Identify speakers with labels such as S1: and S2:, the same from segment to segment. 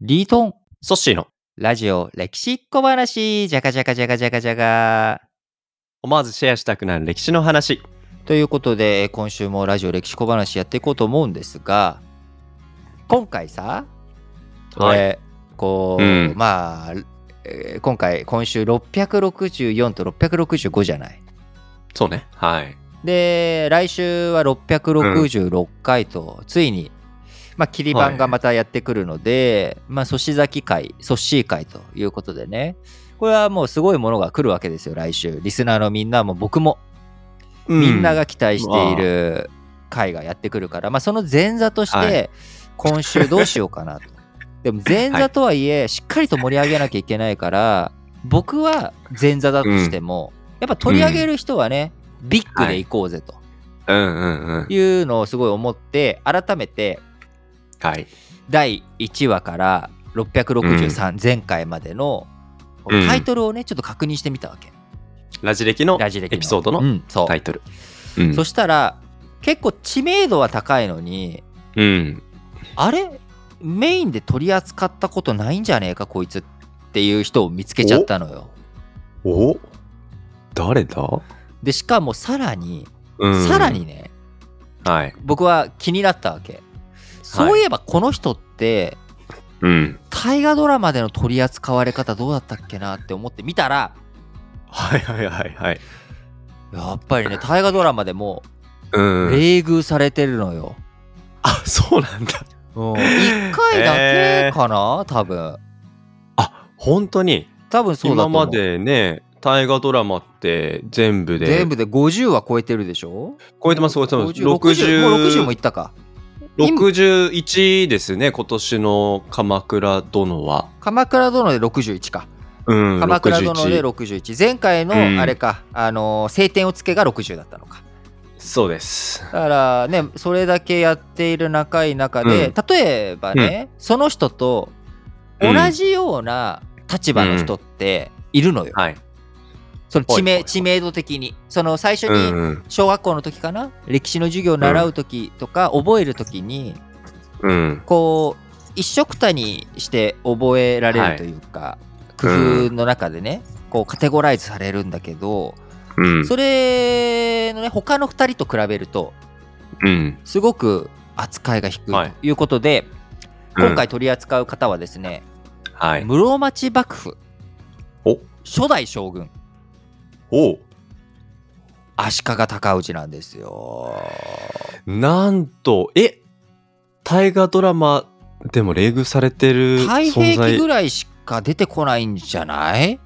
S1: リートン、
S2: ソッシーの
S1: ラジオ、歴史っ小話、じゃかじゃかじゃかじゃかじゃが。
S2: 思わずシェアしたくなる歴史の話。
S1: ということで、えー今週もラジオ、歴史小話やっていこうと思うんですが、今回さ、これ、こう、
S2: うん
S1: まあ、えー今回、今週664と665じゃない。
S2: そうね。はい。
S1: で、来週は666回と、ついに、まあ、切り版がまたやってくるので、まあ、粗志崎会、ソッシー会ということでね、これはもうすごいものが来るわけですよ、来週。リスナーのみんなも僕も、みんなが期待している会がやってくるから、まあ、その前座とし
S2: は
S1: て、今週どうしようか なと。でも前座とはいえ、しっかりと盛り上げなきゃいけないから、僕は前座だとしても、やっぱ取り上げる人はね、ビッグでいこうぜと。
S2: うんうんうん。
S1: いうのをすごい思って改めて
S2: はい。
S1: 第1話から663前回までの
S2: うん
S1: タイトルをねちょっと確認してみたわけ、
S2: ラジ歴の
S1: ラジ歴の
S2: エピソード
S1: う
S2: の
S1: んそう
S2: タイトル。うん
S1: そしたら結構知名度は高いのに
S2: うん。
S1: あれメインで取り扱ったことないんじゃねえかこいつっていう人を見つけちゃったのよ
S2: お誰だ
S1: でしかもさらに、
S2: うん
S1: さらに。ね
S2: はい。
S1: 僕は気になったわけそういえばこの人って、
S2: うん。
S1: 大河ドラマでの取り扱われ方どうだったっけなって思って見たら
S2: はいはいはいはい。
S1: やっぱりね大河ドラマでも
S2: うん。
S1: 冷遇されてるのよ、
S2: あ、そうなんだ。
S1: うん、1回だけかな、多分
S2: あ、本当に。
S1: 多分そうだと
S2: 今
S1: 思う
S2: までね、大河ドラマって全部で。
S1: 全部で50は超えてるでしょ
S2: 超えてます、超えてます。
S1: 50 60もう60もい
S2: 60
S1: ったか
S2: 61ですね、今年の鎌倉殿は。
S1: 鎌倉殿で61か
S2: うん、
S1: 鎌倉殿で
S2: 61
S1: 61前回の
S2: うん
S1: あれか、あのー晴天をつけが60だったのか
S2: そうです。
S1: だからねそれだけやっている仲いい中で、
S2: うん
S1: 例えばね、その人と同じような立場の人っているのよ、
S2: はい。
S1: その
S2: は
S1: 知
S2: い
S1: 名
S2: はいはい
S1: 知名度的にその最初に
S2: ん、
S1: 小学校の時かな歴史の授業を習う時とか覚える時に
S2: うん、
S1: こう一緒くたにして覚えられ
S2: は
S1: る
S2: い
S1: というか、
S2: うん
S1: 工夫の中でねこうカテゴライズされるんだけど、
S2: うん、
S1: それのね他の2人と比べると
S2: うん、
S1: すごく扱いが低い
S2: はい
S1: ということで、今回取り扱う方はですね、
S2: うん、はい、
S1: 室町幕府
S2: お、
S1: 初代将軍
S2: お、
S1: 足利尊氏なんですよ。
S2: なんと、え、大河ドラマでも冷遇されてる
S1: 太
S2: 存
S1: 平記
S2: 在
S1: ぐ、らいしか出てこないんじゃない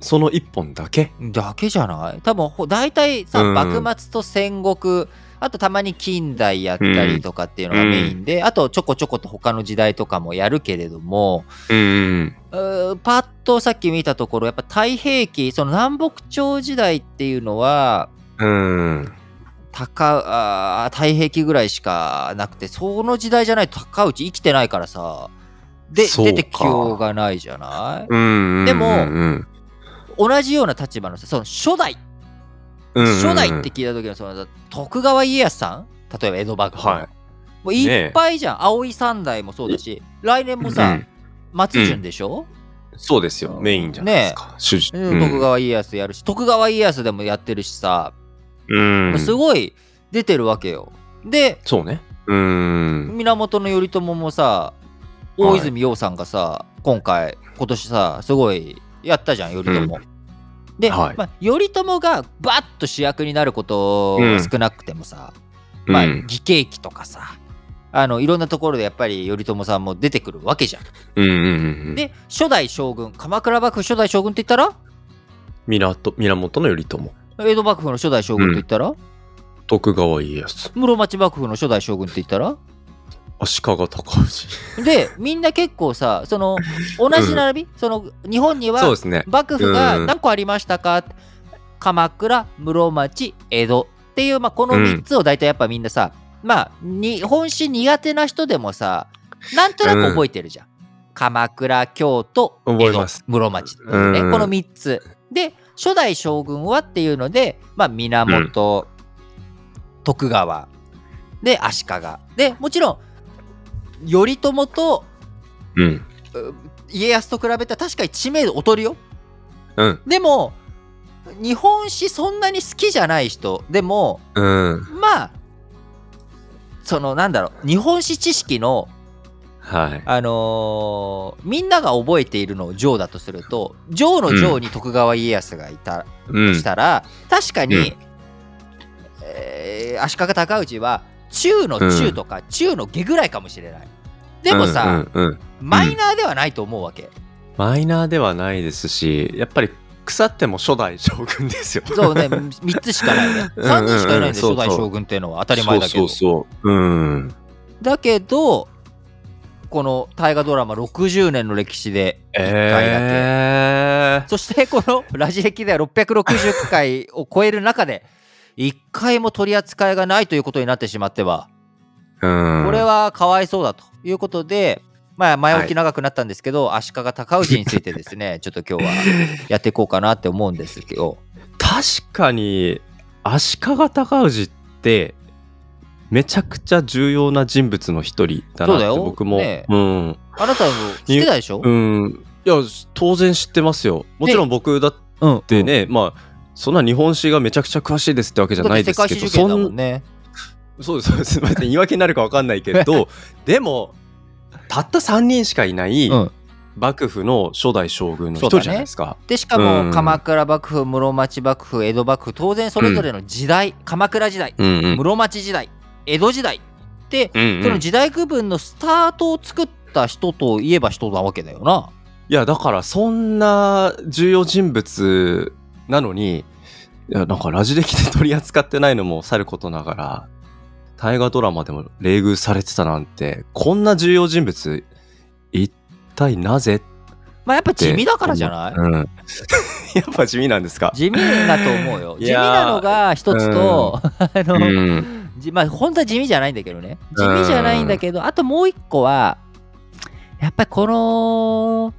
S2: その一本だけ。
S1: だけじゃない多分ほ大体さ、
S2: うん
S1: 幕末と戦国あとたまに近代やったりとかっていうのがメインで、あとちょこちょこと他の時代とかもやるけれども
S2: うん、
S1: うーパッとさっき見たところやっぱ太平記その南北朝時代っていうのは
S2: うん、
S1: 高あー太平記ぐらいしかなくてその時代じゃないと高内生きてないからさで
S2: そうか
S1: 出てきようがないじゃない
S2: うん、
S1: でも
S2: うん
S1: 同じような立場のさその初代、
S2: うん
S1: 初代って、聞いた時のその徳川家康さん例えば江戸幕府の、
S2: はい
S1: もういっぱいじゃん、葵三代もそうだし来年もさ、
S2: うん
S1: 松潤でしょ、
S2: そうですよ、メインじゃないですか。主人
S1: うん徳川家康やるし徳川家康でもやってるしさ、
S2: うん、
S1: すごい出てるわけよで
S2: そうね。うん、
S1: 源頼朝もさ大泉洋さんがさ、今回今年さすごいやったじゃん頼朝、で、
S2: はい
S1: まあ、頼朝がバッと主役になること
S2: う
S1: は
S2: ん
S1: 少なくてもさ、まあ、
S2: うん
S1: 義経記とかさあのいろんなところでやっぱり頼朝さんも出てくるわけじゃん、
S2: うん、うん、うん、
S1: で初代将軍鎌倉幕府初代将軍って言ったら
S2: 源源頼朝、
S1: 江戸幕府の初代将軍って言ったら、
S2: 徳川家康、
S1: 室町幕府の初代将軍って言ったら
S2: 足利尊氏。
S1: でみんな結構さその同じ並び、その日本には
S2: そうですね。
S1: 幕府が
S2: うん
S1: 何個ありましたか鎌倉室町江戸っていう、まあ、この
S2: うん
S1: 3つを大体やっぱみんなさ、まあ日本史苦手な人でもさなんとなく覚えてるじゃん、鎌倉京都江
S2: 覚え
S1: 戸
S2: ます
S1: 室町っていうね、
S2: うん
S1: この3つで初代将軍はっていうので、まあ、源、徳川で足利でもちろん頼朝と
S2: うん。
S1: う家康と比べたら確かに知名度劣るよ
S2: うん。
S1: でも日本史そんなに好きじゃない人でも
S2: うん。
S1: まあそのなんだろう日本史知識の
S2: はい。
S1: あのーみんなが覚えているのを城だとすると城の城に徳川家康がいた
S2: う
S1: と
S2: ん
S1: し。たら、確かに、
S2: うん
S1: えー足利尊氏は中の中とか中の下ぐらいかもしれないでもさ、
S2: うんうんうん。
S1: マイナーではないと思うわけ、
S2: マイナーではないですし、やっぱり腐っても初代将軍ですよ。
S1: そうね3つしかないよね
S2: うんうんうん
S1: 3人しかいないんで
S2: そうそ
S1: 初
S2: う
S1: 代将軍っていうのは当たり前だけど
S2: そうそうそう。うん。
S1: だけどこの大河ドラマ60年の歴史で1回だけ、
S2: え
S1: そしてこの ラジ歴では660回を超える中で1回も取り扱いがないということになってしまっては
S2: えー。うん。
S1: これはかわいそうだということで、まあ、前置き長くなったんですけど、足利尊氏についてですね ちょっと今日はやっていこうかなって思うんですけど
S2: 確かに足利尊氏ってめちゃくちゃ重要な人物の一人だな
S1: そう
S2: っ
S1: だ
S2: て
S1: よ
S2: 僕も、
S1: ね
S2: うん、
S1: あなたも知ってたでしょ、
S2: うん、いや当然知ってますよもちろん僕だっ
S1: うん、って
S2: ね、まあそんな日本史がめちゃくちゃ詳しいですってわけじゃ
S1: だっ
S2: な
S1: て
S2: いで
S1: 世
S2: す
S1: 界
S2: け
S1: 史
S2: ど
S1: 受験だも
S2: そ
S1: ん
S2: ん
S1: ね
S2: そうですそうですすみません言い訳になるかわかんないけ どでもたった3人しかいない
S1: うん
S2: 幕府の初代将軍の一人じゃないですか。
S1: でしか
S2: う
S1: も
S2: ん
S1: 鎌倉幕府室町幕府江戸幕府当然それぞれの時代、鎌倉時代
S2: うんうん
S1: 室町時代江戸時代って
S2: うんうん
S1: その時代区分のスタートを作った人といえば人なわけだよな。
S2: いやだからそんな重要人物なのにいやなんかラジ歴で取り扱ってないのもさることながら大河ドラマでも冷遇されてたなんてこんな重要人物一体なぜって
S1: まあやっぱ地味だからじゃない
S2: うん、 やっぱ地味なんですか
S1: 地味だと思うよ。
S2: い
S1: 地味
S2: やー
S1: なのが一つと、 あ
S2: う
S1: の、
S2: ん
S1: じまあ本当は地味じゃないんだけどね。地味じゃないんだけど、あともう一個は、やっぱりこの、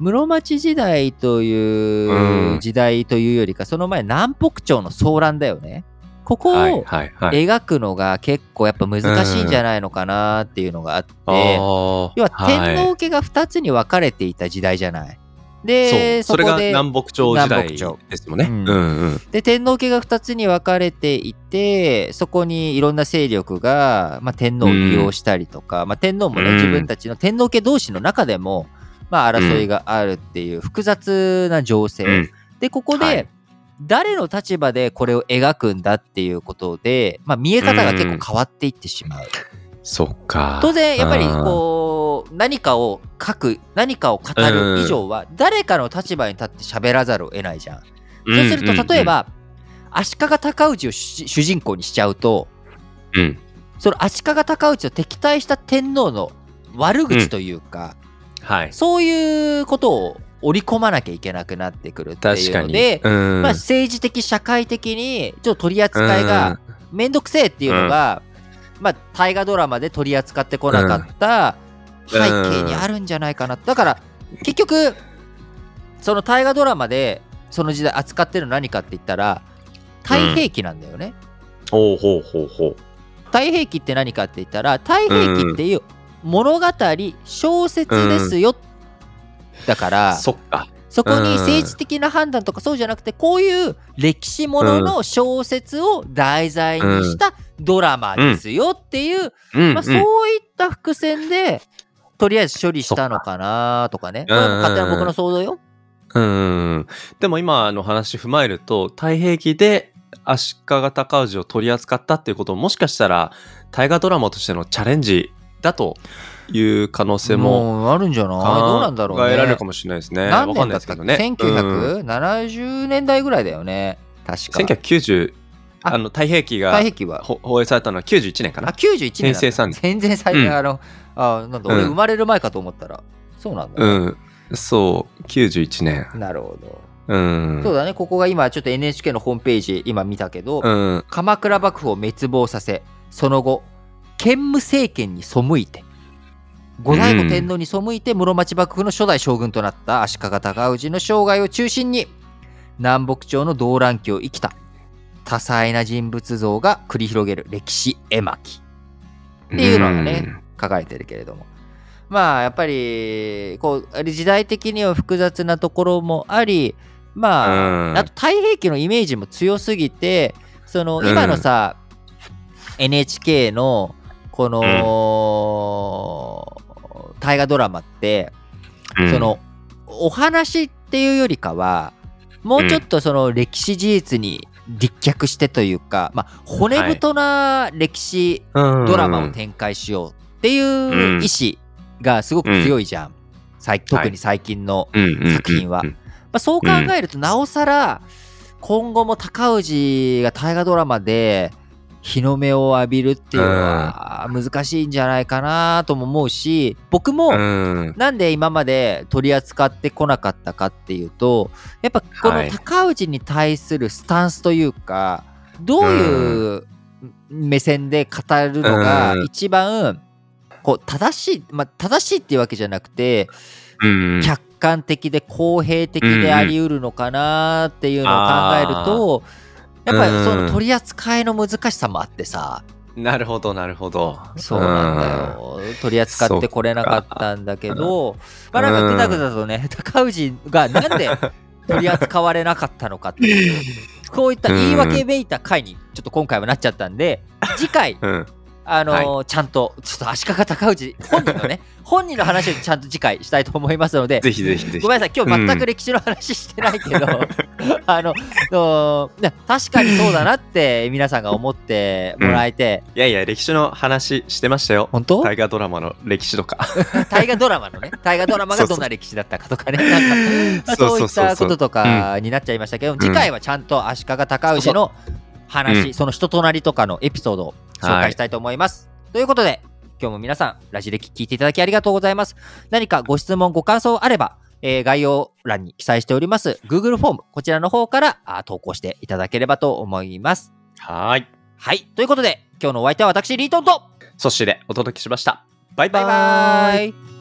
S1: 室町時代といううん時代というよりか、その前南北朝の騒乱だよね。ここ
S2: はい
S1: を
S2: はいはい
S1: 描くのが結構やっぱ難しいんじゃないのかなっていうのがあって、
S2: 要
S1: 要は天皇家が2つに分かれていた時代じゃない。で
S2: そ
S1: そ
S2: うそれ
S1: こ
S2: が
S1: で
S2: 南北朝時代
S1: 南北朝
S2: ですもんね、
S1: うん
S2: うんうん
S1: で天皇家が2つに分かれていてそこにいろんな勢力が、まあ、天皇を利用したりとか、まあ、天皇も
S2: う
S1: ね
S2: ん
S1: 自分たちの天皇家同士の中でも、まあ、争いがあるっていう複雑な情勢、
S2: うん
S1: でここで、
S2: はい
S1: 誰の立場でこれを描くんだっていうことで、まあ、見え方が結構変わっていってしまう。
S2: そっか
S1: 当然やっぱり
S2: うん
S1: こう何かを書く何かを語る以上は誰かの立場に立って喋らざるを得ないじゃん。そうすると例え、ば足利尊氏を主主人公にしちゃうと
S2: うんうんうん
S1: その足利尊氏と敵対した天皇の悪口というか、
S2: はい
S1: そういうことを織り込まなきゃいけなくなってくるってい
S2: 確
S1: う
S2: か
S1: の
S2: に、
S1: で、
S2: うん
S1: まあ、政治的社会的にちょっと取り扱いが、めんどくせえっていうのが、まあ大河ドラマで取り扱ってこなかった背景にあるんじゃないかな、だから結局その大河ドラマでその時代扱ってるの何かって言ったら太平記なんだよね、
S2: ほうほうほうほう。
S1: 太平記って何かって言ったら太平記っていう物語小説ですよ、だから
S2: そっか。
S1: そこに政治的な判断とかそうじゃなくてこういう歴史ものの小説を題材にしたドラマですよっていう、
S2: うん
S1: まあ、そういった伏線でとりあえず処理したのかなとかねこ
S2: そっ
S1: れ
S2: か
S1: は勝手な僕の想像よ。
S2: うんうん。でも今の話踏まえると、太平記で足利尊氏を取り扱ったっていうことも、もしかしたら大河ドラマとしてのチャレンジだという可能性も
S1: もうあるんじゃないどうなんだろう
S2: 考えられ
S1: ね
S2: る。かもしれないですね。
S1: 何年
S2: わかんない
S1: だっ
S2: です
S1: た
S2: け
S1: っけ、
S2: どね。うん、
S1: 1970年代ぐらいだよね確か。
S2: 1990、
S1: あ
S2: あの太平記
S1: 太
S2: が
S1: 平記は
S2: ほ放映されたのは91年か
S1: あ
S2: な。
S1: 91年なんだ
S2: 平成三年
S1: 全然最
S2: う
S1: 近
S2: ん
S1: あの、あなんだ俺
S2: うん
S1: 生まれる前かと思ったら、そうなんだ、
S2: うん。そう、91年。
S1: なるほど。
S2: うん。
S1: そうだね、ここが今ちょっと NHK のホームページ今見たけど、
S2: うん。
S1: 鎌倉幕府を滅亡させ、その後、建武政権に背いて、後醍醐天皇に背いて室町幕府の初代将軍となった足利尊氏の生涯を中心に、南北朝の動乱期を生きた多彩な人物像が繰り広げる歴史絵巻っていうのがね、書かれてるけれども、まあやっぱりこう時代的には複雑なところもありまあ、
S2: うん
S1: あと太平記のイメージも強すぎてその
S2: うん
S1: 今のさ、NHK のこの大河ドラマって、
S2: うん
S1: そ、のお話っていうよりかはもうちょっとその歴史事実に立脚してというか、まあ、骨太な歴史、ド
S2: ド
S1: ラマを展開しようっていう意志がすごく強いじゃん、最特に最近の、作品は
S2: うんうんうん
S1: まあ、そう考えるとなおさら今後も高氏が大河ドラマで日の目を浴びるっていうのは難しいんじゃないかなとも思うし僕も
S2: うん
S1: なんで今まで取り扱ってこなかったかっていうとやっぱこ
S2: は
S1: の
S2: い
S1: 高氏に対するスタンスというかどういう目線で語るのが
S2: うん
S1: 一番こう正しい、まあ、正しいっていうわけじゃなくて
S2: うん
S1: 客観的で公平的
S2: うんう
S1: で
S2: ん
S1: あり得るのかなっていうのを考えるとやっぱりその取り扱いの難しさもあってさ
S2: なるほど、なるほど。
S1: そうなんだよ。取り扱ってこれなかったんだけど、まあなんかぐだぐだとね、高氏がなんで取り扱われなかったのかっていう、 こういった言い訳めいた回にちょっと今回はなっちゃったんで、次回、
S2: うん。うん。
S1: あのーちゃんと、ちょっと足利高氏、本人のね、本人の話をちゃんと次回したいと思いますので、
S2: ぜひぜひぜひ
S1: ご。めんなさい、今日全く歴史の話してないけど、 あの、そうね確かにそうだなって皆さんが思ってもらえて、
S2: いやいや、歴史の話してましたよ。
S1: 本当
S2: 大河ドラマの歴史とか。
S1: 大河ドラマのね、 大河ドラマがどんな歴史だったかとかね、なんか、
S2: そう
S1: そうい
S2: そうそうそう
S1: ったこととかになっちゃいましたけど、次回はちゃんと足利尊氏の
S2: そうそ
S1: 話、
S2: う
S1: その人となりとかのエピソードを紹介したいと思います。ということで、今日も皆さん、ラジレキ聞いていただきありがとうございます。何かご質問、ご感想あれば、えー概要欄に記載しております Google フォーム、こちらの方からあー投稿していただければと思います。
S2: はーい。
S1: はい、ということで、今日のお相手は私、リートンと
S2: そしてでお届けしました。バイバイ
S1: バイバーイ